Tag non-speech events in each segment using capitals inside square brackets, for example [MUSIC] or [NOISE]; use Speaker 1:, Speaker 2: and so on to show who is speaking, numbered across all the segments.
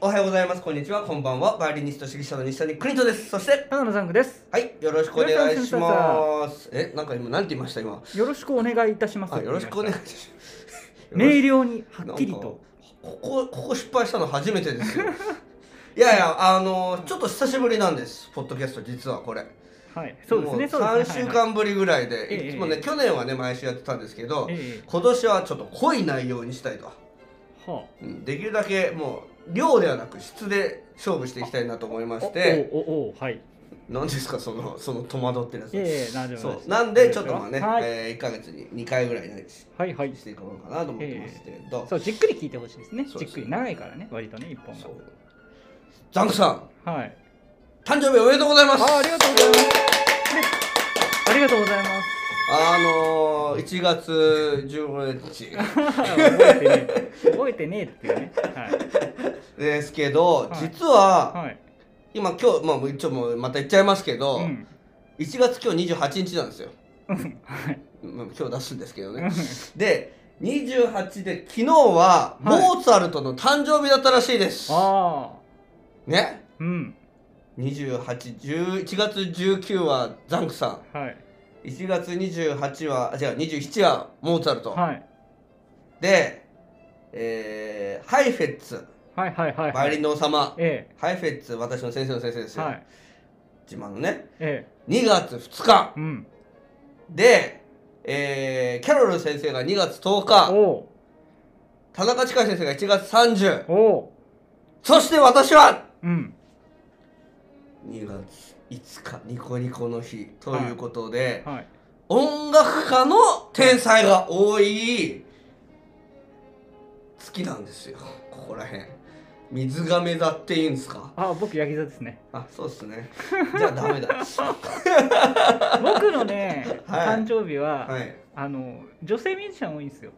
Speaker 1: おはようございます。こんにちは。こんばんは。バイオリニスト指揮者の西谷邦人です。そして、
Speaker 2: 花のザンクです。
Speaker 1: はい、よろしくお願いします。え、なんか今、なんて言いました今。
Speaker 2: よろしくお願いいたします。
Speaker 1: あ、よろしくお願いします。
Speaker 2: 明瞭に
Speaker 1: な
Speaker 2: は
Speaker 1: ん
Speaker 2: っ
Speaker 1: か
Speaker 2: きりと。
Speaker 1: ここ、ここ失敗したの初めてですよ。 [LAUGHS] いやいや、あの、ちょっと久しぶりなんです。ポッドキャスト、実はこれ。
Speaker 2: はい、そうですね。そう
Speaker 1: 3
Speaker 2: ですね
Speaker 1: 週。間ぶりぐらいで、
Speaker 2: ええ
Speaker 1: いつもね、去年はね、毎週やってたんですけど
Speaker 2: はいはい、え
Speaker 1: 今年はちょっと濃い内容にしたいと。
Speaker 2: えは
Speaker 1: うんできるだけもう量ではなく質で勝負していきたいなと思いま
Speaker 2: あ。
Speaker 1: して
Speaker 2: おおおおはい。
Speaker 1: 何ですかその [LAUGHS] その戸惑ってるやつ、
Speaker 2: ええなんでも
Speaker 1: そ
Speaker 2: ないで
Speaker 1: う
Speaker 2: す
Speaker 1: なんでちょっとまあね、
Speaker 2: はい
Speaker 1: えー、1か月に2回ぐらいねし
Speaker 2: はいはい。
Speaker 1: していこうかなと思ってますけれど、
Speaker 2: そうじっくり聞いてほしいですね。
Speaker 1: そう
Speaker 2: じ
Speaker 1: です
Speaker 2: っくり長いからね、割とね一本
Speaker 1: そうザンクさん
Speaker 2: が。はい。
Speaker 1: 誕生日おめでとうございます
Speaker 2: あありがとうございます。ねありがとうございます。
Speaker 1: あのー、1月15日 [LAUGHS]
Speaker 2: 覚えてねえ。覚えてねえっていうね。
Speaker 1: ですけど、
Speaker 2: はい
Speaker 1: 実は、
Speaker 2: はいはい。
Speaker 1: 今今日、まあ、一応もうまた言っちゃいますけど、
Speaker 2: うん
Speaker 1: 1月今日28日なんですよ、
Speaker 2: うんはい。
Speaker 1: まあ、今日出すんですけど
Speaker 2: う
Speaker 1: ね
Speaker 2: ん
Speaker 1: で28で昨日は
Speaker 2: はい
Speaker 1: モーツァルトの誕生日だったらしいです、
Speaker 2: ああ。
Speaker 1: ね
Speaker 2: うん。
Speaker 1: 2811月19はザンクさ
Speaker 2: はい。
Speaker 1: ん1月28はあ違う27はモーツァルト、
Speaker 2: はい。
Speaker 1: で、えーハイフェッツ
Speaker 2: はいはいはい
Speaker 1: バイ
Speaker 2: は
Speaker 1: オリ
Speaker 2: い。
Speaker 1: ンの王様
Speaker 2: え
Speaker 1: ハイフェッツ私の先生の先生です
Speaker 2: え。
Speaker 1: よ、
Speaker 2: はい。
Speaker 1: 自慢のね
Speaker 2: え
Speaker 1: 2月2日
Speaker 2: え。うん。
Speaker 1: で、えーキャロル先生が2月10
Speaker 2: お
Speaker 1: 日
Speaker 2: お。
Speaker 1: 田中千佳先生が1月30
Speaker 2: おお
Speaker 1: そして私は
Speaker 2: うん
Speaker 1: 2月5日ニコニコの日ということで、
Speaker 2: はい
Speaker 1: 音楽家の天才が多い月なんですよここら辺水亀座っていうんですか
Speaker 2: あ僕ヤギ座ですね
Speaker 1: あそうっすねじゃあダメ
Speaker 2: [LAUGHS]
Speaker 1: だ
Speaker 2: 僕のね、
Speaker 1: [LAUGHS] はい
Speaker 2: 誕生日は、
Speaker 1: はい
Speaker 2: あの女性ミュージシャン多いんですよ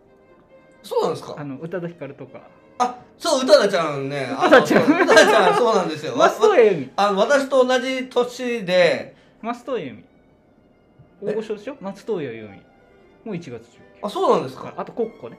Speaker 1: そうなんですか
Speaker 2: あの宇多田ヒカルとか
Speaker 1: あそう宇多田ちゃんね宇
Speaker 2: 多田ちゃん
Speaker 1: 宇多田ちゃんそうなんです
Speaker 2: [LAUGHS]
Speaker 1: よわ
Speaker 2: マスト
Speaker 1: わ
Speaker 2: エユミ
Speaker 1: あの私と同じ年で
Speaker 2: マストエユミ大御所でしょ松任谷由実もう1月中
Speaker 1: あそうなんです
Speaker 2: あ
Speaker 1: か
Speaker 2: あとコッコね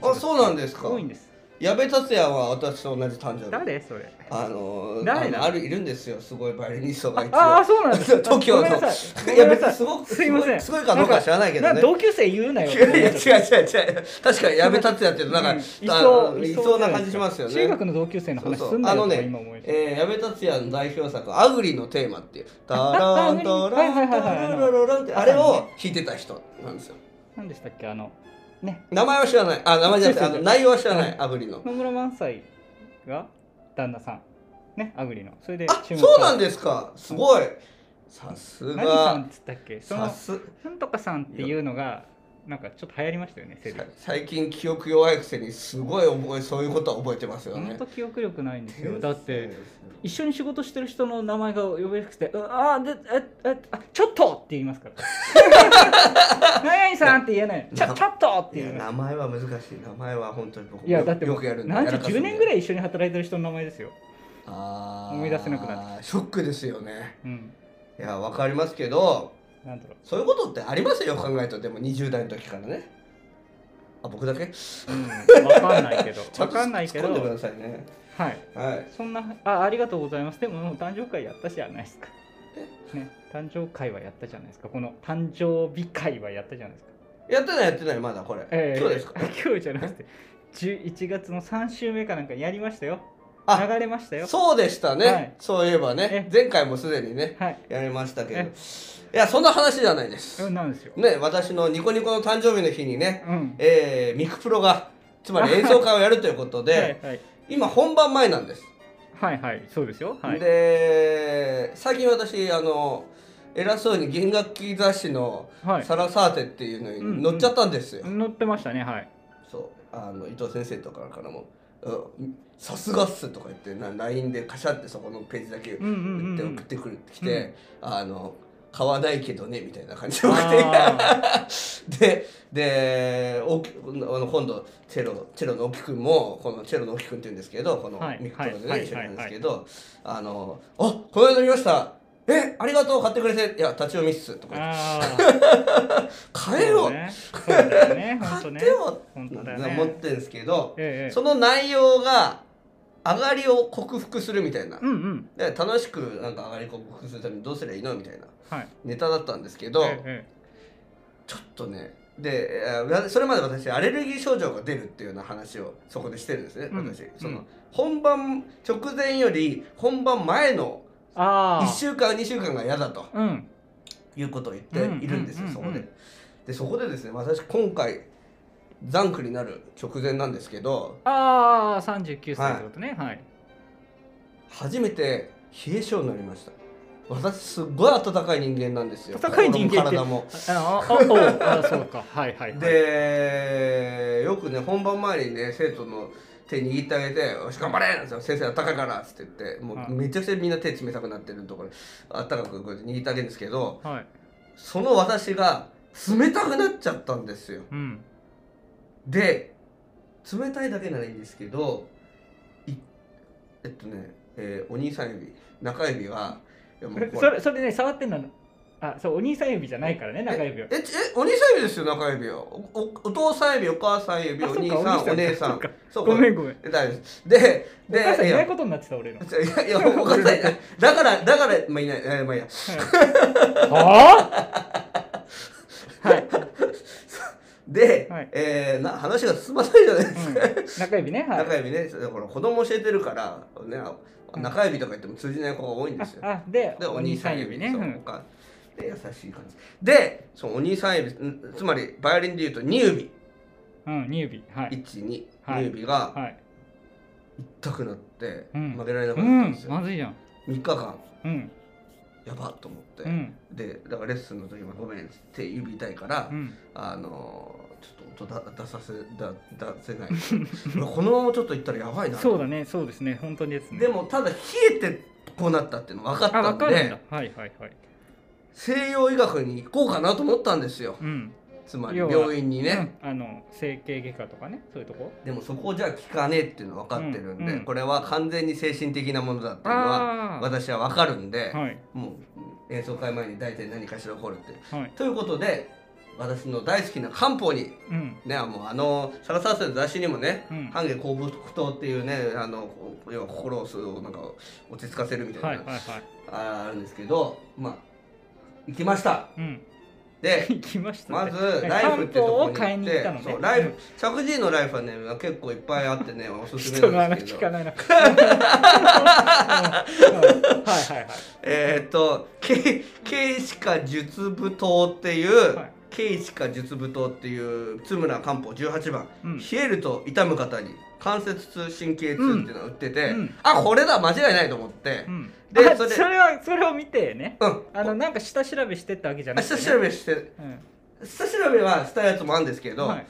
Speaker 1: あそうなん
Speaker 2: で
Speaker 1: ですか
Speaker 2: 多いんです
Speaker 1: 矢部達也は私と同じ誕生日
Speaker 2: 誰それ
Speaker 1: あのー、
Speaker 2: 誰だ
Speaker 1: あのあるいるんですよすごいバイオリニストが一応
Speaker 2: ああそう
Speaker 1: [LAUGHS]
Speaker 2: なんです
Speaker 1: TOKIO
Speaker 2: ごめん
Speaker 1: の
Speaker 2: なさい
Speaker 1: いや別
Speaker 2: ごめん
Speaker 1: に
Speaker 2: なさ
Speaker 1: すごく
Speaker 2: すいません
Speaker 1: すごいかどうかは知らないけど
Speaker 2: な
Speaker 1: ね
Speaker 2: 同級生言うないよ
Speaker 1: やいや違う違う違う確かに矢部達也っていうのなんか、
Speaker 2: うん
Speaker 1: あのいそうな感じしますよね
Speaker 2: 中学の同級生の話すんなよ
Speaker 1: そうそうあのね
Speaker 2: とか今思い出した
Speaker 1: えー、矢部達也の代表作「アグリのテーマ」っていう「タラ
Speaker 2: あ
Speaker 1: ン
Speaker 2: あ
Speaker 1: タ
Speaker 2: はいは
Speaker 1: ラン
Speaker 2: いは
Speaker 1: タ
Speaker 2: いはい
Speaker 1: ラララン」ってあれを弾いてた人なんですよ
Speaker 2: 何でしたっけあのね
Speaker 1: 名前は知らないあ名前じゃなくてあの内容は知らないアグリの
Speaker 2: 野村萬斎が旦那さんねアグリのそれで
Speaker 1: あ
Speaker 2: 注目
Speaker 1: そうなんですかすごいさす
Speaker 2: 何さん
Speaker 1: が
Speaker 2: っつったっけそ
Speaker 1: さ
Speaker 2: の
Speaker 1: す
Speaker 2: なんとかさんっていうのがなんかちょっと流行りましたよねセリ
Speaker 1: さ
Speaker 2: フ
Speaker 1: 最近記憶弱いくせにすごい覚えそういうことは覚えてますよ
Speaker 2: 本
Speaker 1: ね
Speaker 2: 当記憶力ないんですよだって一緒に仕事してる人の名前が呼べなくて「うあーでええあちょっと!」って言いますから
Speaker 1: [LAUGHS]
Speaker 2: 「何々さん」って言えない「ちょちょっと!」っ
Speaker 1: い
Speaker 2: て
Speaker 1: や
Speaker 2: 言いま
Speaker 1: 名
Speaker 2: す
Speaker 1: 前は難しい名前は本当に僕も
Speaker 2: いやだって
Speaker 1: よ
Speaker 2: 僕
Speaker 1: くやるんで
Speaker 2: 何十10年ぐら
Speaker 1: い
Speaker 2: い一緒に働いてる人の名前ですよ、
Speaker 1: 思
Speaker 2: 思い出せなくな
Speaker 1: ってショックですよね
Speaker 2: うん、
Speaker 1: いやわかりますけど
Speaker 2: なんだろう
Speaker 1: そういうことってありますよよく考えたらでも20代の時からねあ僕だけ [LAUGHS]
Speaker 2: うん、わかんないけどわかんないけ
Speaker 1: ちゃんと突っ込んでく
Speaker 2: ど
Speaker 1: ださいね
Speaker 2: はい
Speaker 1: はい
Speaker 2: そんなあありがとうございますでももう誕生会やったじゃないですかね誕生会はやったじゃないですかこの誕生日会はやったじゃないですか、
Speaker 1: やってないやってないまだこれ、
Speaker 2: ええ
Speaker 1: 今日ですか
Speaker 2: 今日じゃなくて11月の3週目かなんかやりましたよ
Speaker 1: あ
Speaker 2: 流れましたよ
Speaker 1: そうでしたね、
Speaker 2: はい
Speaker 1: そういえばね
Speaker 2: え
Speaker 1: 前回もすでにね
Speaker 2: はい
Speaker 1: やりましたけどい
Speaker 2: え
Speaker 1: やそんな話じゃないです
Speaker 2: うんなんですよ、
Speaker 1: ね私のニコニコの誕生日の日にね
Speaker 2: うん
Speaker 1: えーミクプロがつ
Speaker 2: [LAUGHS]
Speaker 1: まり演奏会をやるということで、
Speaker 2: はいはい
Speaker 1: 今本番前なんです、
Speaker 2: はいはいそうですよはい
Speaker 1: で最近私あの偉そうに弦楽器雑誌の「
Speaker 2: はい
Speaker 1: サラサーテ」っていうの
Speaker 2: うんう
Speaker 1: に
Speaker 2: ん
Speaker 1: 載っちゃったんですよ、
Speaker 2: 乗ってましたねはい
Speaker 1: そうあの伊藤先生とかからもうん「さすがっす」とか言ってな LINE でカシャってそこのページだけ
Speaker 2: うんうん
Speaker 1: 打っ
Speaker 2: うん
Speaker 1: て
Speaker 2: うん
Speaker 1: 送ってくるきて「あの買わないけどね」みたいな感じで送って
Speaker 2: あ
Speaker 1: [LAUGHS] でで大きあの今度チェロチェロの沖君もこのチェロの沖君って言うんですけどこの
Speaker 2: はい
Speaker 1: ミクトロで
Speaker 2: は
Speaker 1: ね
Speaker 2: い
Speaker 1: 一緒になんですけど「あのあこの間見ましたえありがとう買ってくれていや立ち読みっす」とか
Speaker 2: ー
Speaker 1: 言って
Speaker 2: あ
Speaker 1: 「
Speaker 2: ー
Speaker 1: 買えよ
Speaker 2: そうねそうだよね本
Speaker 1: 買
Speaker 2: 当
Speaker 1: っ
Speaker 2: ね
Speaker 1: てよ!」
Speaker 2: 本当だよね
Speaker 1: 思ってるんですけど
Speaker 2: ええええ
Speaker 1: その内容が上がりを克服するみたいな
Speaker 2: うんうん
Speaker 1: で楽しくなんか上がり克服するためにどうすればいいのみたいな
Speaker 2: はい
Speaker 1: ネタだったんですけど、
Speaker 2: ええ
Speaker 1: ちょっとねでえーそれまで私アレルギー症状が出るっていうような話をそこでしてるんですね、
Speaker 2: うん
Speaker 1: 私その、
Speaker 2: うん
Speaker 1: 本番直前より本番前の
Speaker 2: ああ
Speaker 1: 1週間2週間が嫌だと
Speaker 2: うん
Speaker 1: いうことを言っているんですよ、
Speaker 2: うん
Speaker 1: そ
Speaker 2: うん
Speaker 1: こ
Speaker 2: うんうん
Speaker 1: で。でそこでですね私今回残苦になる直前なんですけど
Speaker 2: ああ39歳ってことねはい、
Speaker 1: 初めて冷え性になりました私すっごい温かい人間なんですよ
Speaker 2: 温かい人間って
Speaker 1: 体も体も [LAUGHS]
Speaker 2: あああおうあそうかはいはいはい
Speaker 1: でよくね本番前にね生徒の手握ってあげて「よし頑張れ!」なんですよ先生暖かいから」っつって言っても
Speaker 2: はいう
Speaker 1: めちゃくちゃみんな手冷たくなってるところ暖かくこうやって握ってあげるんですけど
Speaker 2: はい
Speaker 1: その私が冷たくなっちゃったんですよ
Speaker 2: うん
Speaker 1: で冷たいだけならいいんですけどいえっとね、えーお兄さん指中指がいやもうこ
Speaker 2: それそれね触ってんのあそうお兄さん指じゃないからね中指を
Speaker 1: [LAUGHS] ええお兄さん指ですよ中指はおおお父さん指お母さん指
Speaker 2: あ
Speaker 1: お
Speaker 2: そう
Speaker 1: 兄
Speaker 2: か
Speaker 1: さ
Speaker 2: お兄
Speaker 1: ん
Speaker 2: さん
Speaker 1: お姉さん
Speaker 2: そうか
Speaker 1: そう
Speaker 2: ごめんごめん
Speaker 1: 大丈夫ですで
Speaker 2: お母さん
Speaker 1: で
Speaker 2: い
Speaker 1: い
Speaker 2: ない
Speaker 1: や
Speaker 2: ことになってた俺の
Speaker 1: ちょいやいやお母さんいないだからだからまあいない、えーまあいいや [LAUGHS]
Speaker 2: は
Speaker 1: [LAUGHS]
Speaker 2: あはい、
Speaker 1: で、
Speaker 2: はい
Speaker 1: えーな話が進まないじゃないですか、
Speaker 2: うん、中指ねはい
Speaker 1: 中指ねだから子供教えてるからね中指とか言っても通じない子が多いんですよ
Speaker 2: あで
Speaker 1: でお兄さん指
Speaker 2: ね
Speaker 1: そううん他で優しい感じでそのお兄さん指んつまりバイオリンでいうと2指
Speaker 2: うん2指はい
Speaker 1: 12、
Speaker 2: はい
Speaker 1: 2指が
Speaker 2: はい
Speaker 1: 痛くなって
Speaker 2: うん
Speaker 1: 曲げられなく
Speaker 2: う
Speaker 1: なったんで
Speaker 2: ん
Speaker 1: すよ、
Speaker 2: まずいじゃん
Speaker 1: 3日間
Speaker 2: うん
Speaker 1: やばっと思って、
Speaker 2: うん
Speaker 1: でだからレッスンの時もごめんっつって指痛いから、
Speaker 2: うん
Speaker 1: あのーちょっと音だ出させだ出せない [LAUGHS] 俺このままちょっと行ったらやばいな
Speaker 2: そうだねそうですね本当にですね
Speaker 1: でもただ冷えてこうなったっていうの分かっ
Speaker 2: あ
Speaker 1: た
Speaker 2: わ
Speaker 1: ん
Speaker 2: かるんだ
Speaker 1: で
Speaker 2: はいはいはい
Speaker 1: 西洋医学に行こうかなと思ったんですよ
Speaker 2: うん
Speaker 1: つまり
Speaker 2: 要は
Speaker 1: 病院にね、
Speaker 2: うん、あの整形外科とかねそういうとこ
Speaker 1: でもそこじゃ効かねえっていうの分かってるんで、
Speaker 2: うんうん
Speaker 1: これは完全に精神的なものだっていうのは
Speaker 2: あ
Speaker 1: 私は分かるんで、
Speaker 2: ーはい
Speaker 1: もう演奏会前に大体何かしら起こるって。
Speaker 2: はい
Speaker 1: ということで私の大好きな漢方に
Speaker 2: うん
Speaker 1: ねもうあのサラサラスの雑誌にもね
Speaker 2: うん
Speaker 1: 半下幸福糖っていうねあの要は心をすをなんか落ち着かせるみたいな、
Speaker 2: はいはいはい
Speaker 1: ああるんですけどまあ行きました
Speaker 2: うん
Speaker 1: で
Speaker 2: [LAUGHS] 行きましたね
Speaker 1: まずライフってと
Speaker 2: 漢
Speaker 1: こ
Speaker 2: 方を
Speaker 1: に
Speaker 2: 買い
Speaker 1: 行っ
Speaker 2: に
Speaker 1: て
Speaker 2: 行ったのね
Speaker 1: そうライフ着人のライフはね結構いっぱいあってねおすす
Speaker 2: [LAUGHS] 人
Speaker 1: め
Speaker 2: の
Speaker 1: なんで
Speaker 2: 話
Speaker 1: すけど [LAUGHS]
Speaker 2: 聞かないな。うんはいはい
Speaker 1: えーっと「け慶歯科術部糖」っていう
Speaker 2: はい
Speaker 1: 慶歯科術部糖っていう津村漢方18番、
Speaker 2: うん
Speaker 1: 冷えると痛む方に関節痛神経痛っていうのを売ってて、
Speaker 2: うんうん
Speaker 1: あこれだ間違いないと思って
Speaker 2: う、ん。
Speaker 1: で
Speaker 2: あ
Speaker 1: そ
Speaker 2: そ
Speaker 1: れ
Speaker 2: れはそれを見てね。
Speaker 1: うん
Speaker 2: あのなんか下調べしてったわけじゃなくて、
Speaker 1: 下
Speaker 2: ね。
Speaker 1: 調べして
Speaker 2: うん。
Speaker 1: 下調べはしたやつもあるんですけど、
Speaker 2: はい。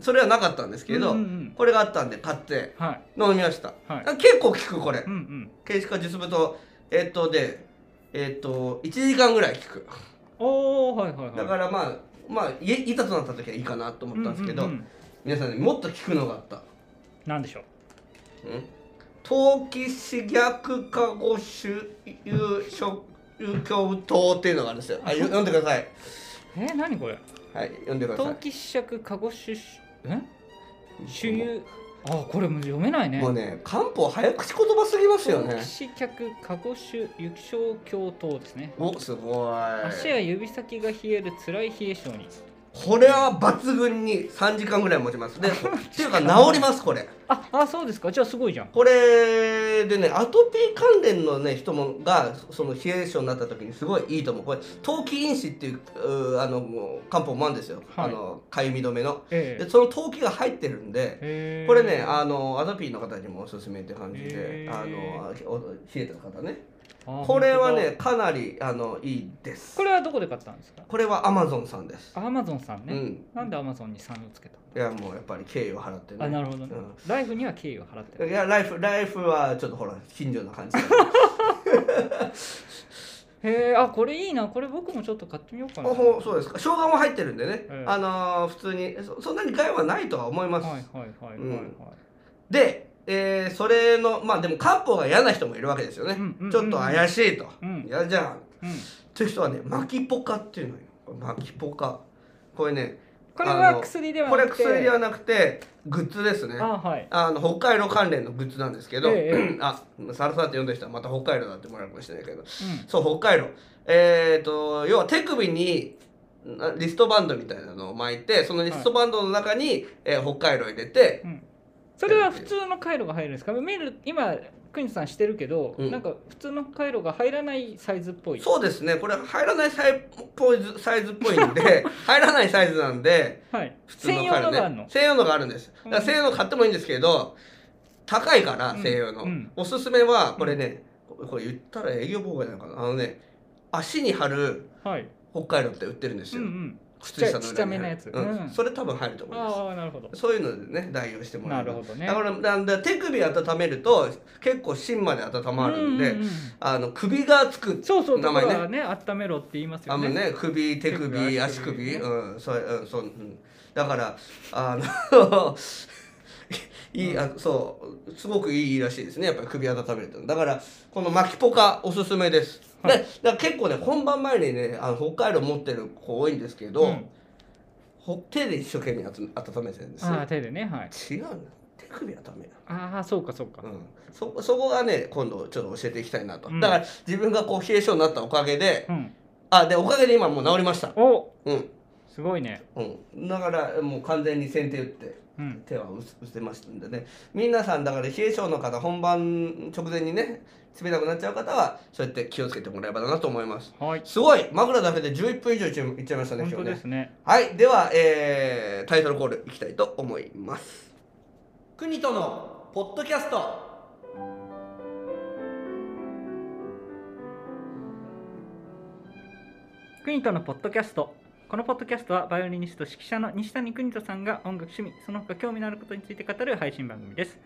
Speaker 1: それはなかったんですけど、
Speaker 2: うんうんうん
Speaker 1: これがあったんで買って
Speaker 2: はい。
Speaker 1: 飲みました、
Speaker 2: はい
Speaker 1: あ結構効くこれ
Speaker 2: うんうん。
Speaker 1: 慶歯科術部糖えーっとでえーっと1時間ぐらい効く。
Speaker 2: おおはいはいはい。
Speaker 1: だからまあまあいいざとなった時はいいかなと思ったんですけど、
Speaker 2: ううう
Speaker 1: 皆さんねもっと聞くのがあったん
Speaker 2: なんでしょう。
Speaker 1: 冬季死逆化後臭有食教糖っていうのがあるん [LAUGHS] ですよあよ読んでください
Speaker 2: えー、何これ。
Speaker 1: はい読んでくださ
Speaker 2: 冬
Speaker 1: い
Speaker 2: 季試着カゴシュシュ。え？主有。あこれもう読めないね。
Speaker 1: もうね漢方早口言葉すぎますよ
Speaker 2: 冬
Speaker 1: ね
Speaker 2: 季試着カゴシュ雪症強糖ですね。
Speaker 1: おすご
Speaker 2: 足
Speaker 1: い
Speaker 2: や指先が冷える辛い冷え性に。
Speaker 1: これは抜群に3時間ぐらい持ちます [LAUGHS] ねっていうか治りますこれ
Speaker 2: ああそうですかじゃあすごいじゃん。
Speaker 1: これでねアトピー関連のね人もがそその冷え性になった時にすごいいいと思うこれ冬季因子っていううーあの漢方もあるんですよ、
Speaker 2: はい
Speaker 1: あのかゆみ止めの
Speaker 2: ええ
Speaker 1: でその冬季が入ってるんで
Speaker 2: へー
Speaker 1: これねあのアトピーの方にもおすすめって感じで
Speaker 2: へー
Speaker 1: あのお冷えた方ね
Speaker 2: あ
Speaker 1: これは
Speaker 2: 本当
Speaker 1: ね
Speaker 2: だ
Speaker 1: かなりあのいいです
Speaker 2: これはどこで買ったんですか
Speaker 1: これはアマゾンさんです、
Speaker 2: アマゾンさん
Speaker 1: う
Speaker 2: ね、
Speaker 1: ん
Speaker 2: なんでアマゾンに3をつけた
Speaker 1: いやもうやっぱり敬意を払ってね
Speaker 2: あなるほどね、
Speaker 1: うん
Speaker 2: ライフには敬意を払って
Speaker 1: いやライフライフはちょっとほら近所の感じだから
Speaker 2: へえあこれいいなこれ僕もちょっと買ってみようかな
Speaker 1: あほうそうですか生姜も入ってるんでね、
Speaker 2: ええ
Speaker 1: あのー普通にそそんなに害はないとは思います、
Speaker 2: はいはいはいはいはい、
Speaker 1: うんで、えーそれのまあでも漢方が嫌な人もいるわけですよね、
Speaker 2: うんうんうん
Speaker 1: ちょっと怪しいと、
Speaker 2: うん
Speaker 1: 嫌じゃんっ
Speaker 2: うん
Speaker 1: ていう人はね巻きポカっていうのよ巻きポカこれね
Speaker 2: これ
Speaker 1: あ
Speaker 2: は
Speaker 1: の
Speaker 2: 薬では
Speaker 1: これ
Speaker 2: な
Speaker 1: は
Speaker 2: くて
Speaker 1: 薬ではなくてグッズですね
Speaker 2: あはい
Speaker 1: あの北海道関連のグッズなんですけど、
Speaker 2: ええ
Speaker 1: あサラサラって読んでる人はまた北海道だってもらうかもしれないけどそう北海道えっ、と要は手首になリストバンドみたいなのを巻いてそのリストバンドの中に、えー北海道入れて
Speaker 2: うん、うん、それは普通の回路が入るんですか見る今クニさんしてるけど、
Speaker 1: うん
Speaker 2: なんか普通の回路が入らないサイズっぽい
Speaker 1: そうですねこれ入らないサイポイズサイズっぽいん
Speaker 2: [LAUGHS]
Speaker 1: で入らないサイズなんで
Speaker 2: はい、
Speaker 1: 普通の
Speaker 2: 専用のがあるの、
Speaker 1: 専用のがあるんですだから
Speaker 2: うん
Speaker 1: 専用の買ってもいいんですけど高いから
Speaker 2: うん
Speaker 1: 専用の、
Speaker 2: うん
Speaker 1: おすすめはこれね、これ言ったら営業妨害なのかなあのね足に貼る
Speaker 2: はい
Speaker 1: 北海道って売ってるんです
Speaker 2: うん
Speaker 1: よ、
Speaker 2: うん
Speaker 1: 靴下の裏に
Speaker 2: ちっちゃめのやつ
Speaker 1: うん
Speaker 2: うん
Speaker 1: それ多分入ると思います
Speaker 2: ああなるほど
Speaker 1: そういうのでね代用してもら
Speaker 2: な
Speaker 1: えば
Speaker 2: るほどね
Speaker 1: だからなんで手首温めると結構芯まで温まるんで、
Speaker 2: ううう
Speaker 1: あの首がつく
Speaker 2: そうそう
Speaker 1: 名
Speaker 2: だ
Speaker 1: 前
Speaker 2: か
Speaker 1: ね
Speaker 2: らね温めろって言います
Speaker 1: あ
Speaker 2: よ
Speaker 1: の
Speaker 2: ね
Speaker 1: ね首手首
Speaker 2: 手
Speaker 1: 足
Speaker 2: 首足
Speaker 1: 首
Speaker 2: 首ね
Speaker 1: うんそううんそう、うん、だからあの [LAUGHS] いいあそうすごくいいらしいですねやっぱり首温めるとだからこの巻きポカおすすめです、
Speaker 2: はい
Speaker 1: でだから結構ね本番前にねあの北海道持ってる子多いんですけど、
Speaker 2: うん
Speaker 1: ほ手で一生懸命温温めてるんですよ
Speaker 2: ああ手でねはい
Speaker 1: 違うの手首温める
Speaker 2: ああそうかそうか、
Speaker 1: うん、そそこがね今度ちょっと教えていきたいなと、
Speaker 2: うん
Speaker 1: だから自分がこう冷え性になったおかげで
Speaker 2: うん、
Speaker 1: あでおかげで今もう治りました
Speaker 2: お
Speaker 1: うん
Speaker 2: すごいね
Speaker 1: うんだからもう完全に先手打って
Speaker 2: うん
Speaker 1: 手は打つ打てましたんでね皆さんだから冷え性の方本番直前にね冷たくなっちゃう方はそうやって気をつけてもらえばなと思います
Speaker 2: はい
Speaker 1: すごい枕だけで11分以上いっちゃいいっちゃいましたね
Speaker 2: 本
Speaker 1: 今日
Speaker 2: 当で
Speaker 1: ね
Speaker 2: すね
Speaker 1: はいでは、えータイトルコールいきたいと思います国とのポッドキャスト
Speaker 2: クニトのポッドキャストこのポッドキャストはバイオリニスト指揮者の西谷邦人さんが音楽趣味その他興味のあることについて語る配信番組です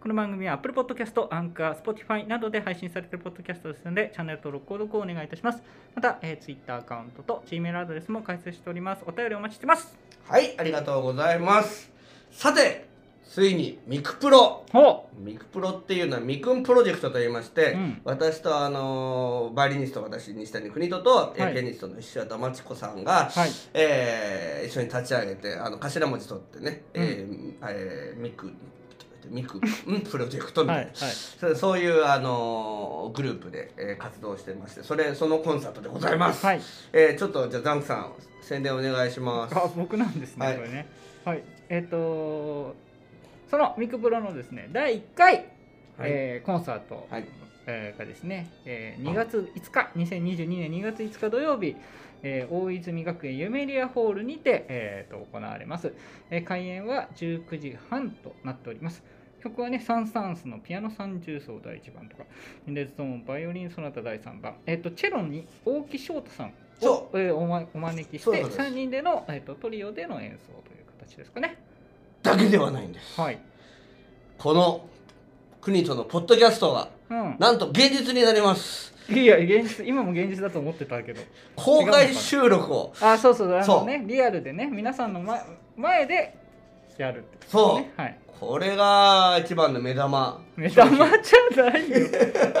Speaker 2: この番組は Apple Podcast、Anchor、Spotify などで配信されているポッドキャストですのでチャンネル登録、購読をお願いいたしますまた、えー、Twitter アカウントと Gmail アドレスも開設しておりますお便りお待ちしてます
Speaker 1: はい、ありがとうございます。さて、ついにミクプロ。
Speaker 2: ほ
Speaker 1: ミクプロっていうのはミクンプロジェクトと言いまして、
Speaker 2: うん
Speaker 1: 私とあのーバイオリニスト私西谷邦人と、えー
Speaker 2: はい
Speaker 1: ピアニストの石田真知子さんが、
Speaker 2: はい
Speaker 1: えー一緒に立ち上げてあの頭文字取ってね、えーえーミクミクんプロジェクトみたいな、そそういうあのーグループで、えー活動してましてそれそのコンサートでございます、
Speaker 2: はい
Speaker 1: えーちょっとじゃあザンクさん宣伝お願いします
Speaker 2: あ僕なんですね、
Speaker 1: はい
Speaker 2: これねはいえっ、とそのミクプロのですね第1回、えーコンサート、
Speaker 1: はい
Speaker 2: えーがですね、えー2月5日2022年2月5日土曜日、えー大泉学園ユメリアホールにて、えーと行われます、えー開演は19時半となっております曲はね、サン・サーンスのピアノ三重奏第1番とか、レッドゾーンバイオリン・ソナタ第3番、えっ、と、チェロに大木翔太さん
Speaker 1: そう
Speaker 2: えーおまお招き
Speaker 1: そ
Speaker 2: し
Speaker 1: うなん
Speaker 2: て
Speaker 1: です
Speaker 2: 3人での、えー、とトリオでの演奏という形ですかね。
Speaker 1: だけではないんです
Speaker 2: はい。
Speaker 1: この国とのポッドキャストが
Speaker 2: うん、
Speaker 1: なんと現実になります
Speaker 2: いや現実今も現実だと思ってたけど。
Speaker 1: 公開収録を
Speaker 2: あそうそうあ
Speaker 1: そう
Speaker 2: のねリアルでね皆さんの前前でやるってこと
Speaker 1: そう
Speaker 2: ね。はい。
Speaker 1: これが一番の目玉
Speaker 2: 目玉じゃないよ。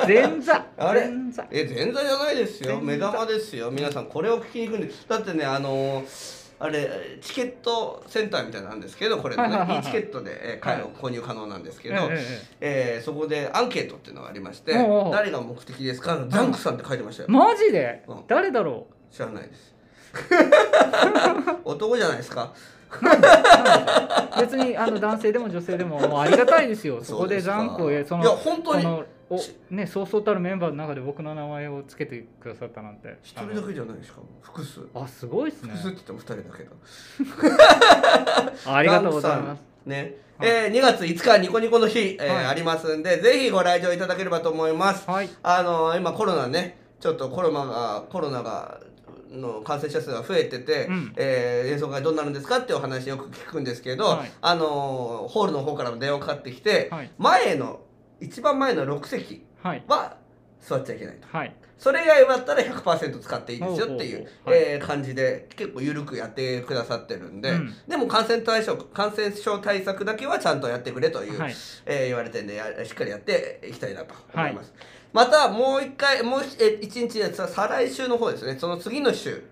Speaker 2: 前座。
Speaker 1: [LAUGHS] あれ
Speaker 2: 前座。
Speaker 1: え前座じゃないですよ目
Speaker 2: 前座
Speaker 1: 玉ですよ皆さんこれを聞きに行くんですだってねあのーあれチケットセンターみたいなのあるんですけどこれの
Speaker 2: はいはいはい
Speaker 1: ね
Speaker 2: はい
Speaker 1: いいチケットで、えー、買い
Speaker 2: はい
Speaker 1: 購入可能なんですけ
Speaker 2: え
Speaker 1: ど、
Speaker 2: え
Speaker 1: えーそこでアンケートっていうのがありまして
Speaker 2: おうおう
Speaker 1: 誰が目的ですかザンクさんって書いてましたよ
Speaker 2: えマジで、
Speaker 1: うん
Speaker 2: 誰だろう
Speaker 1: 知らないです [LAUGHS] 男じゃないですか
Speaker 2: 別にあの男性でも女性でももうありがたいで
Speaker 1: [LAUGHS]
Speaker 2: すよ。そこで残酷へその
Speaker 1: いや本当に
Speaker 2: このおねそうそうたるメンバーの中で僕の名前をつけてくださったなんて
Speaker 1: 一人だけじゃないですか複数
Speaker 2: あのあすごいで
Speaker 1: [LAUGHS]
Speaker 2: すね
Speaker 1: 複数って言っても二人だけど
Speaker 2: あありがとうござい
Speaker 1: ダン
Speaker 2: ま
Speaker 1: ク
Speaker 2: す
Speaker 1: さんね、
Speaker 2: はい
Speaker 1: えー2月5日ニコニコの日、えー
Speaker 2: はい
Speaker 1: ありますんでぜひご来場いただければと思います
Speaker 2: はい
Speaker 1: あのー今コロナねちょっとコロナがコロナがの感染者数が増えてて、
Speaker 2: うん
Speaker 1: えー演奏会どうなるんですかってお話よく聞くんですけど、
Speaker 2: はい
Speaker 1: あのーホールの方からも電話かかってきて、
Speaker 2: はい
Speaker 1: 前の一番前の6席
Speaker 2: はい
Speaker 1: は座っちゃいけないと
Speaker 2: はい
Speaker 1: それ以外だったら100%使っていいですよってい
Speaker 2: ほ
Speaker 1: う
Speaker 2: うほうほうはい
Speaker 1: えー感じで結構緩くやってくださってるんで、
Speaker 2: うん
Speaker 1: でも感染対象感染症対策だけはちゃんとやってくれという、
Speaker 2: はい
Speaker 1: えー言われてるんでやしっかりやっていきたいなと思います。またもう一回もう一えー一日えーさ再来週の方ですねその次の週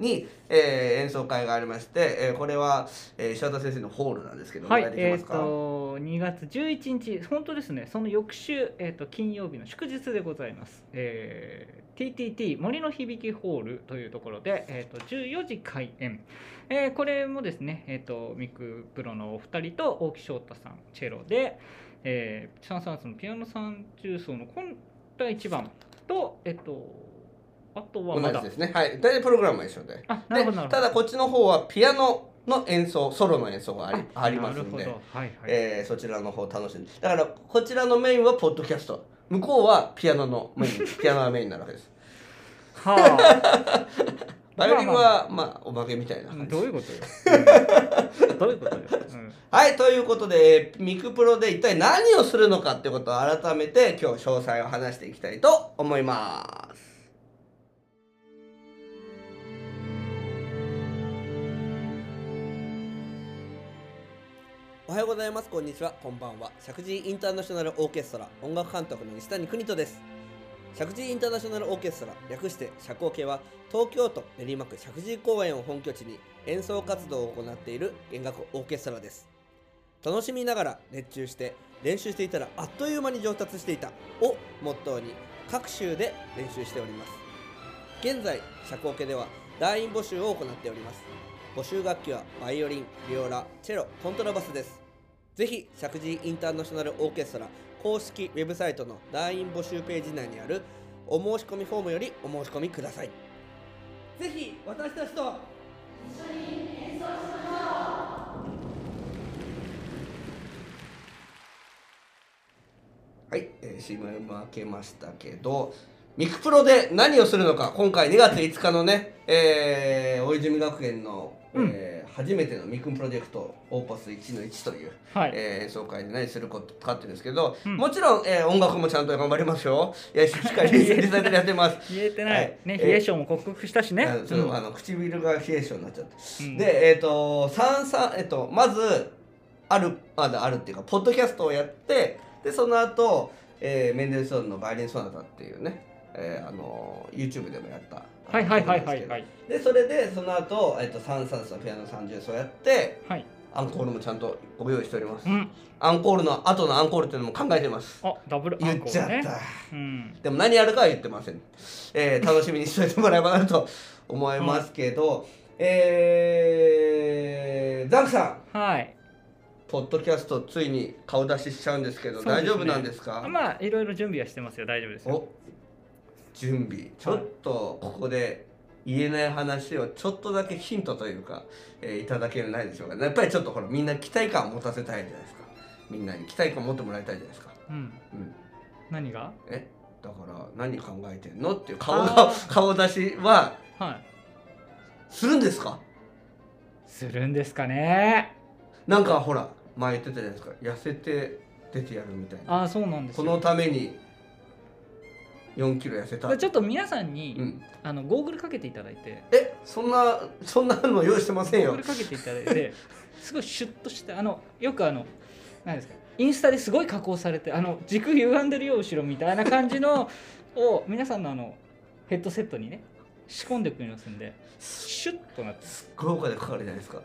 Speaker 1: に、えー演奏会がありまして、えーこれは、えー、塩田先生のホールなんですけど、
Speaker 2: はい
Speaker 1: お願でき
Speaker 2: え
Speaker 1: ま
Speaker 2: っ、
Speaker 1: すか
Speaker 2: と2月11日本当ですねその翌週、えー、と金曜日の祝日でございます、えー TTT 森の響きホールというところで、えー、と14時開演、えーこれもですね、えー、とミクプロのお二人と大木翔太さんチェロで、えー、シャンサンスのピアノ三重奏の今第一番とえっ、とあとはま
Speaker 1: 同
Speaker 2: だ
Speaker 1: じですねはい大体プログラムは一緒で
Speaker 2: あな
Speaker 1: で
Speaker 2: るほどなるほ
Speaker 1: た
Speaker 2: ど
Speaker 1: だこっちの方はピアノの演奏ソロの演奏があり
Speaker 2: あ
Speaker 1: ありますん
Speaker 2: な
Speaker 1: で
Speaker 2: る、ほどはいはい、
Speaker 1: えーそちらの方楽しんでだからこちらのメインはポッドキャスト向こうはピアノのメインピアノがメインになるわけです
Speaker 2: は
Speaker 1: バイオリンはまあおまけみたいな
Speaker 2: あ
Speaker 1: 感じ
Speaker 2: どういうことよ、うんどういうことよ、うん
Speaker 1: はいということでえーミクプロで一体何をするのかってことを改めて今日詳細を話していきたいと思いますおはようございますこんにちはこんばんは石神井インターナショナルオーケストラ音楽監督の西谷邦人です石神井インターナショナルオーケストラ略して社交系は東京都練馬区石神井公園を本拠地に演奏活動を行っている弦楽オーケストラです楽しみながら熱中して練習していたらあっという間に上達していたをモットーに各州で練習しております現在社交系では団員募集を行っております募集楽器はバイオリンビオラチェロコントラバスですぜひ石神井インターナショナルオーケストラ公式ウェブサイトの団員募集ページ内にあるお申し込みフォームよりお申し込みくださいぜひ私たちとはい、えー、CM 開けましたけどミクプロで何をするのか今回2月5日のね、えー、大泉学園の、
Speaker 2: うん
Speaker 1: えー初めてのミクプロジェクトオーパス1の1という
Speaker 2: はい、
Speaker 1: えー演奏会で何することかっていうんですけど、
Speaker 2: うん
Speaker 1: もちろん、えー音楽もちゃんと頑張りますよ。いや、しっかり
Speaker 2: [LAUGHS]
Speaker 1: リサイタルやってます。
Speaker 2: 言えてない、
Speaker 1: はい
Speaker 2: ね
Speaker 1: えー
Speaker 2: 冷え性も克服したしね、
Speaker 1: あのちょっ
Speaker 2: う
Speaker 1: と
Speaker 2: ん
Speaker 1: あの唇が冷え性になっちゃって。
Speaker 2: うん
Speaker 1: で、えっ、と、三三えっ、と、まず、ある、まだあるっていうか、ポッドキャストをやって、で、その後、えーメンデルスゾーンのバイオリン・ソナタっていうね、えーあの、YouTube でもやった。
Speaker 2: はいはいはいはい
Speaker 1: は。
Speaker 2: はいい
Speaker 1: で、それで、その後、えっ、と、サンサンスのピアノ三重奏やって、
Speaker 2: はい
Speaker 1: アンコールもちゃんとご用意しております
Speaker 2: う。ん
Speaker 1: アンコールの後のアンコールっていうのも考えてます。
Speaker 2: あダブルアン
Speaker 1: 言っ
Speaker 2: コ
Speaker 1: ちゃ
Speaker 2: ー
Speaker 1: っ
Speaker 2: ル
Speaker 1: た。
Speaker 2: ねうん
Speaker 1: でも何やるかは言ってません。えー楽しみにしておいてもらえばなと思いますけど、えー、ザクさん、
Speaker 2: はい
Speaker 1: ポッドキャストついに顔出ししちゃうんですけど、
Speaker 2: そうです
Speaker 1: 大
Speaker 2: ね
Speaker 1: 丈夫なんですか
Speaker 2: まあいろいろ準備はしてますよ大丈夫ですよ
Speaker 1: お準備。ちょっとここで言えない話をちょっとだけヒントというか、えーいただけないでしょうか。やっぱりちょっとほら、みんな期待感を持たせたいじゃないですか。みんなに期待感を持ってもらいたいじゃないですか。
Speaker 2: うん
Speaker 1: うん
Speaker 2: 何が
Speaker 1: えだから何考えてんのっていう顔
Speaker 2: あ
Speaker 1: が
Speaker 2: ー
Speaker 1: 顔出しは
Speaker 2: はい
Speaker 1: するんですか
Speaker 2: するんですかね
Speaker 1: なんかほら前言ってたじゃないですか痩せて出てやるみたいな
Speaker 2: ああそうなんです
Speaker 1: こ
Speaker 2: よ
Speaker 1: のために4キロ痩せた
Speaker 2: ちょっと皆さんに、
Speaker 1: うん、
Speaker 2: あのゴーグルかけていただいて
Speaker 1: えそんなそんなの用意してません
Speaker 2: ゴー
Speaker 1: よ
Speaker 2: グルかけていただい [LAUGHS] てすごいシュッとしてあのよくあの何ですかインスタですごい加工されてあの軸歪んでるよ後ろみたいな感じのを皆さんのあのヘッドセットにね仕込んでくれますんでシュッとなってます、
Speaker 1: すっごいお金かかるじゃないですか
Speaker 2: うん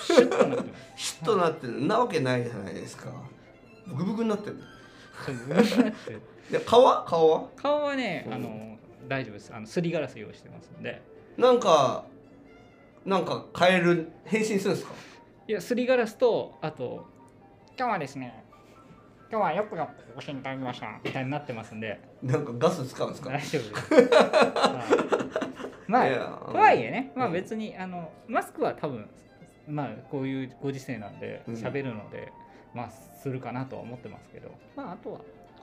Speaker 2: シュッとなってま
Speaker 1: シュッとなってるなわけないじゃないですかブクブクになってる
Speaker 2: すそう歪 [LAUGHS] んでなって
Speaker 1: いや顔は顔は
Speaker 2: 顔はね
Speaker 1: うん
Speaker 2: あの大丈夫ですあのすりガラス用意してますんで
Speaker 1: なんかなんか変える変身するんですか
Speaker 2: いやすりガラスとあと今日はですね今日はよくよくご心配ましたみたいになってますんで
Speaker 1: なんかガス使うんですか
Speaker 2: 大丈夫です。はいま
Speaker 1: い
Speaker 2: あ、
Speaker 1: や
Speaker 2: とはいえね、まあ
Speaker 1: うん
Speaker 2: 別に、あの、マスクは多分、まあこういうご時世なんで、
Speaker 1: うん
Speaker 2: 喋るので、まあするかなとは思ってますけど、まああと
Speaker 1: [LAUGHS]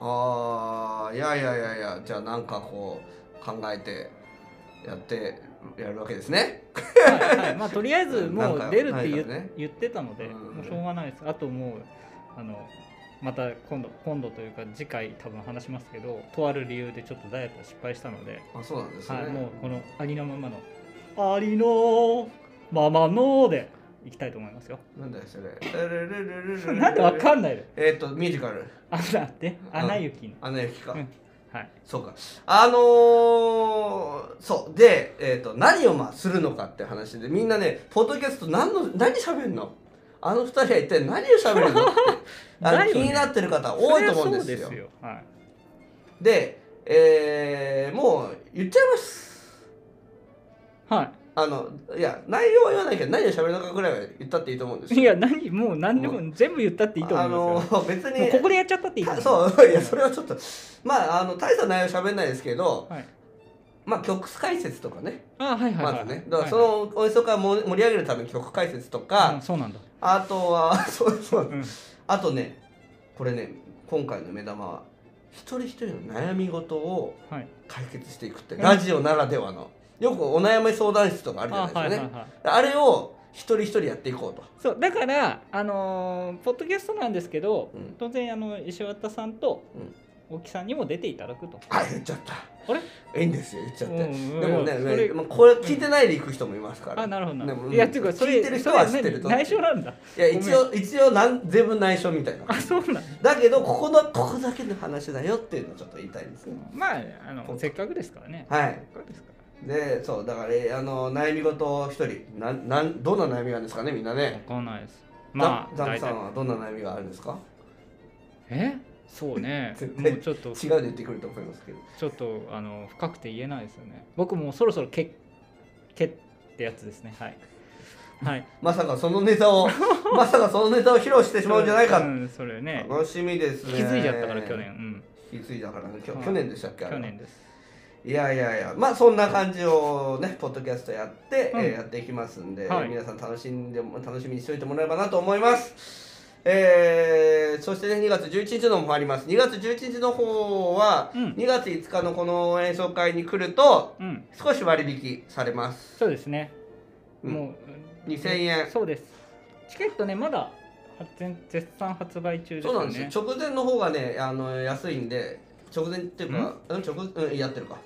Speaker 1: あ
Speaker 2: は、
Speaker 1: あいやいやいやいやじゃあなんかこう考えてやってやるわけですね
Speaker 2: はいはいまあとりあえずも
Speaker 1: なんか
Speaker 2: う出るって
Speaker 1: な
Speaker 2: 言,、
Speaker 1: いからね
Speaker 2: 言ってたので、
Speaker 1: うん
Speaker 2: もうしょうがないです。あともう、あの、また今度、今度というか次回多分話しますけど、とある理由でちょっとダイエット失敗したので、
Speaker 1: あそうなんですね、
Speaker 2: はい、もうこのありのままの、ありのままのでいきたいと思いますよ。
Speaker 1: なんだよそれ
Speaker 2: なんでわか
Speaker 1: ん
Speaker 2: んないの
Speaker 1: えっ、とミュージカル
Speaker 2: あ、だって、
Speaker 1: うん
Speaker 2: アナ雪の。
Speaker 1: 「アナ雪」か、
Speaker 2: うんはい
Speaker 1: そうか。あのーそう。で、えっ、と、何をまあするのかって話で、みんなね、ポッドキャスト何の、何喋るのあの二人は一体何を喋るのってあの
Speaker 2: だよね
Speaker 1: 気になってる方多いと思うんですよ。で
Speaker 2: そりゃそうですよはい
Speaker 1: えーもう言っちゃいます。
Speaker 2: は
Speaker 1: あの、いや、内容は言わないけど、何を喋るのかぐらいは言ったっていいと思うんです
Speaker 2: い、
Speaker 1: よ。
Speaker 2: いや何もう何でも全部言ったっていいと思い
Speaker 1: あ
Speaker 2: ますよ、
Speaker 1: のー別
Speaker 2: も
Speaker 1: に
Speaker 2: うここでやっちゃったっていいと思います
Speaker 1: そういやそれはちょっとまああの大した内容喋んないですけど、
Speaker 2: はい
Speaker 1: まあ曲解説とかね、
Speaker 2: あはいはいはい、はい、
Speaker 1: まずねだからそのおいそか盛り上げるために曲解説とか、
Speaker 2: うんそうなんだ、
Speaker 1: あとは [LAUGHS] そうそう
Speaker 2: うん、
Speaker 1: あとねこれね今回の目玉は一人一人の悩み事を
Speaker 2: はい
Speaker 1: 解決していくって、
Speaker 2: うん
Speaker 1: ラジオならではのよくお悩み相談室とかあるじゃ
Speaker 2: あ
Speaker 1: ないですか
Speaker 2: はい
Speaker 1: ね
Speaker 2: は
Speaker 1: あ,、
Speaker 2: いはい
Speaker 1: れを一人一人やっていこうと。
Speaker 2: そうだからあのーポッドキャストなんですけど
Speaker 1: うん
Speaker 2: 当然あの石渡さんと
Speaker 1: うん
Speaker 2: 大木さんにも出ていただくと、
Speaker 1: あ言っちゃった
Speaker 2: あ
Speaker 1: いいんですよ言っちゃって、
Speaker 2: うんうん
Speaker 1: でもね、
Speaker 2: それ
Speaker 1: まあこれ聞いてないで行く人もいますから、
Speaker 2: あなるほどなるほど
Speaker 1: でも
Speaker 2: いやっていうかそれ
Speaker 1: 聞いてる人は
Speaker 2: そ
Speaker 1: 知
Speaker 2: れ
Speaker 1: ってると
Speaker 2: 内緒なんだ
Speaker 1: いや一応一応なん全部内緒みたいな
Speaker 2: あそうなんだ
Speaker 1: だけどここのここだけの話だよっていうのをちょっと言いたいんですね
Speaker 2: まああのせっかくですからね
Speaker 1: はい
Speaker 2: せっかくですから
Speaker 1: でそうだから、えーあの悩み事を一人なんなんどんな悩みがあるんですかねみんな
Speaker 2: わ
Speaker 1: ね
Speaker 2: かんないですまあ
Speaker 1: ザザンク
Speaker 2: 大
Speaker 1: さ
Speaker 2: 体
Speaker 1: んはどんな悩みがあるんですか
Speaker 2: えそうね
Speaker 1: 絶
Speaker 2: も
Speaker 1: 対
Speaker 2: うちょっと
Speaker 1: 違うで言ってくると思いますけど
Speaker 2: ちょっとあの深くて言えないですよね僕もうそろそろけけってやつですねはいはい
Speaker 1: まさかそのネタ
Speaker 2: [LAUGHS]
Speaker 1: をまさかそのネタを披露してしまうんじゃないか、
Speaker 2: うん、それね
Speaker 1: 楽しみですね
Speaker 2: 気づいちゃったから去年
Speaker 1: 気づいたからねきょ
Speaker 2: うん
Speaker 1: 去年でしたっ
Speaker 2: う
Speaker 1: け
Speaker 2: ん
Speaker 1: あ
Speaker 2: 去
Speaker 1: れ
Speaker 2: 年です
Speaker 1: いやいやいやまあそんな感じをねポッドキャストやって、
Speaker 2: うん
Speaker 1: えーやっていきますんで、
Speaker 2: はい
Speaker 1: 皆さん楽しんで楽しみにしておいてもらえればなと思いますえー、そしてね2月11日のもあります2月11日の方は、
Speaker 2: うん
Speaker 1: 2月5日のこの演奏会に来ると
Speaker 2: うん
Speaker 1: 少し割引されます
Speaker 2: そうですね、
Speaker 1: うん
Speaker 2: もう
Speaker 1: 2000円
Speaker 2: そうですチケットねまだ発絶賛発売中です
Speaker 1: そうな
Speaker 2: よ
Speaker 1: んで
Speaker 2: ね
Speaker 1: すよ直前の方がねあの安いんで直前っていうか、うん、直うんやってるか、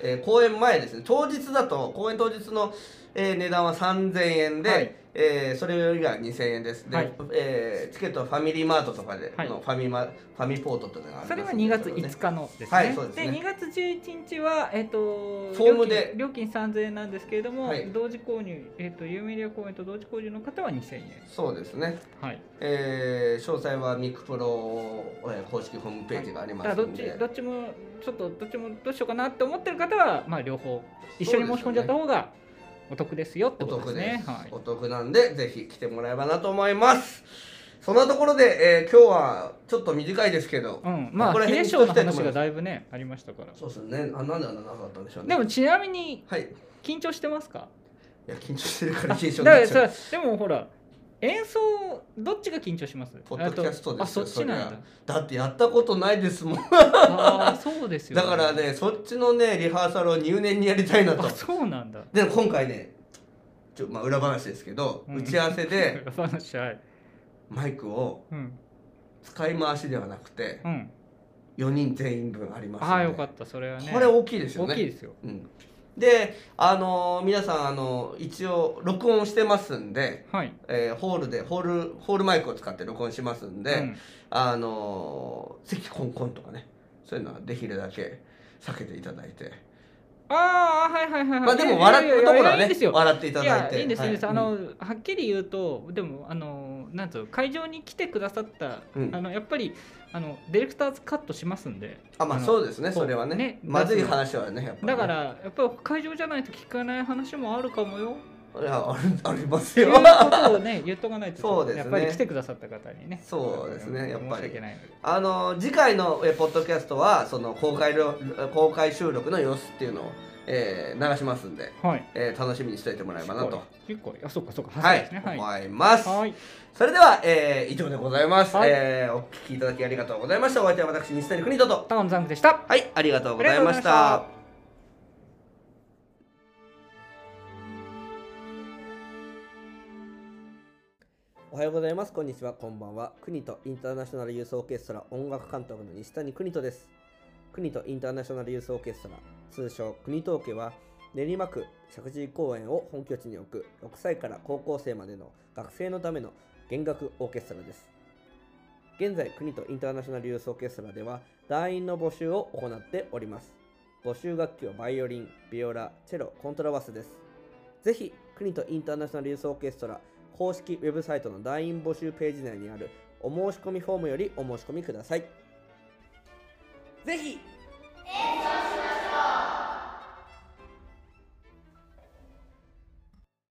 Speaker 1: えー公演前ですね当日だと公演当日の、えー値段は3000円で、
Speaker 2: はい
Speaker 1: えーそれよりが2000円ですで、
Speaker 2: はい
Speaker 1: えーチケットはファミリーマートとかで、
Speaker 2: はい
Speaker 1: のファミマファミポートっていうのがあり
Speaker 2: そ
Speaker 1: ます
Speaker 2: れは
Speaker 1: んで
Speaker 2: 2月
Speaker 1: それをね
Speaker 2: 5日のですね。
Speaker 1: はいそうですね
Speaker 2: 2月11日は、えっ、と、
Speaker 1: フォームで
Speaker 2: 料金料金3000円なんですけれども、
Speaker 1: はい
Speaker 2: 同時購入、えっ、と、有名リア公演と同時購入の方は2000円。
Speaker 1: そうですね、
Speaker 2: はい。
Speaker 1: えー詳細はミクプロ、えー公式ホームページがあり
Speaker 2: だ
Speaker 1: ま
Speaker 2: から
Speaker 1: す
Speaker 2: どっ
Speaker 1: ん
Speaker 2: ち
Speaker 1: で、
Speaker 2: どっちも、ちょっとどっちもどうしようかなって思ってる方は、まあ、両方、一緒に申し込んじゃった方がお得ですよって
Speaker 1: お
Speaker 2: ことで
Speaker 1: 得
Speaker 2: す
Speaker 1: です、
Speaker 2: ね。はい
Speaker 1: お得なんでぜひ来てもらえばなと思いますそんなところで、えー今日はちょっと短いですけど、
Speaker 2: うん、ま
Speaker 1: ここ
Speaker 2: あ、
Speaker 1: ら辺
Speaker 2: 冷え
Speaker 1: にし
Speaker 2: 性
Speaker 1: と
Speaker 2: の
Speaker 1: きたいと思
Speaker 2: 話
Speaker 1: います
Speaker 2: がだいぶね、ありましたから。
Speaker 1: そうですねあなんであんな長かったんでしょうね
Speaker 2: でも、ちなみに、
Speaker 1: はいい
Speaker 2: 緊張してますか
Speaker 1: や緊張してるから
Speaker 2: あ
Speaker 1: 緊張し
Speaker 2: だ [LAUGHS] か
Speaker 1: な
Speaker 2: ら
Speaker 1: っちゃう
Speaker 2: さでもほら演奏どっちが緊張します
Speaker 1: ポッドキャストですよ
Speaker 2: あとあそっちなんだ
Speaker 1: だってやったことないですもん
Speaker 2: あーそうですよ
Speaker 1: だからねそっちのねリハーサルを入念にやりたいなと
Speaker 2: あそうなんだ
Speaker 1: で今回ねちょ、まあ、裏話ですけど、
Speaker 2: うん
Speaker 1: 打ち合わせ
Speaker 2: [LAUGHS]
Speaker 1: で
Speaker 2: 裏話はい
Speaker 1: マイクを
Speaker 2: うん
Speaker 1: 使い回しではなくて
Speaker 2: うん
Speaker 1: 4人全員分あります
Speaker 2: ああよ
Speaker 1: の
Speaker 2: かったそれは
Speaker 1: で
Speaker 2: ね
Speaker 1: これ大きいですよね
Speaker 2: 大きいですよ
Speaker 1: うんで、あのー皆さん、あのー一応録音してますんで、
Speaker 2: はい
Speaker 1: えーホールでホールホールマイクを使って録音しますんで、
Speaker 2: うん
Speaker 1: あのー席コンコンとかねそういうのはできるだけ避けていただいて、
Speaker 2: ああはいはいはいはい
Speaker 1: まあ、でも
Speaker 2: いや
Speaker 1: 笑
Speaker 2: い
Speaker 1: っ
Speaker 2: やい
Speaker 1: た
Speaker 2: や
Speaker 1: ところはい
Speaker 2: やい
Speaker 1: ね
Speaker 2: いですよ
Speaker 1: 笑っていた
Speaker 2: い
Speaker 1: だい
Speaker 2: や
Speaker 1: て
Speaker 2: いいんですいいんです、
Speaker 1: は
Speaker 2: あ
Speaker 1: う
Speaker 2: の
Speaker 1: ん
Speaker 2: はっきり言うとでもあのなんつうの会場に来てくださった、
Speaker 1: うん
Speaker 2: あのやっぱりあのディレクターズカットしますんで
Speaker 1: あまあ
Speaker 2: の
Speaker 1: そうですね
Speaker 2: そう
Speaker 1: それはね
Speaker 2: ね
Speaker 1: まずい話はねやっぱりね
Speaker 2: だからやっぱり会場じゃないと聞かない話もあるかもよ
Speaker 1: [LAUGHS] いやあるあります
Speaker 2: ってい
Speaker 1: よ
Speaker 2: うことをね言っとかないと
Speaker 1: そうですね
Speaker 2: やっぱり来てくださった方にね
Speaker 1: そうですねやっぱり
Speaker 2: 申し訳ないので
Speaker 1: [LAUGHS] あの次回のえーポッドキャストはその公開ろ公開収録の様子っていうのを、えー流しますんで、
Speaker 2: はい
Speaker 1: えー楽しみにしておいてもらえばなと
Speaker 2: 結構あそうかそうか
Speaker 1: は
Speaker 2: そうで
Speaker 1: い
Speaker 2: すね、はい
Speaker 1: 思います、
Speaker 2: はい
Speaker 1: それでは、えー以上でございます、
Speaker 2: はい
Speaker 1: えーお聞きいただきありがとうございましたお相手は私西谷邦人と
Speaker 2: タウンザンクでした
Speaker 1: はいありがとうございまし
Speaker 2: ありがとうございました
Speaker 1: たおはようございますこんにちはこんばんは国とインターナショナルユースオーケストラ音楽監督の西谷邦人です国とインターナショナルユースオーケストラ通称国東家は練馬区石神井公園を本拠地に置く6歳から高校生までの学生のための弦楽オーケストラです現在、国とインターナショナルユースオーケストラでは、団員の募集を行っております。募集楽器はバイオリン、ビオラ、チェロ、コントラバスです。ぜひ、国とインターナショナルユースオーケストラ公式ウェブサイトの団員募集ページ内にあるお申し込みフォームよりお申し込みください。ぜひ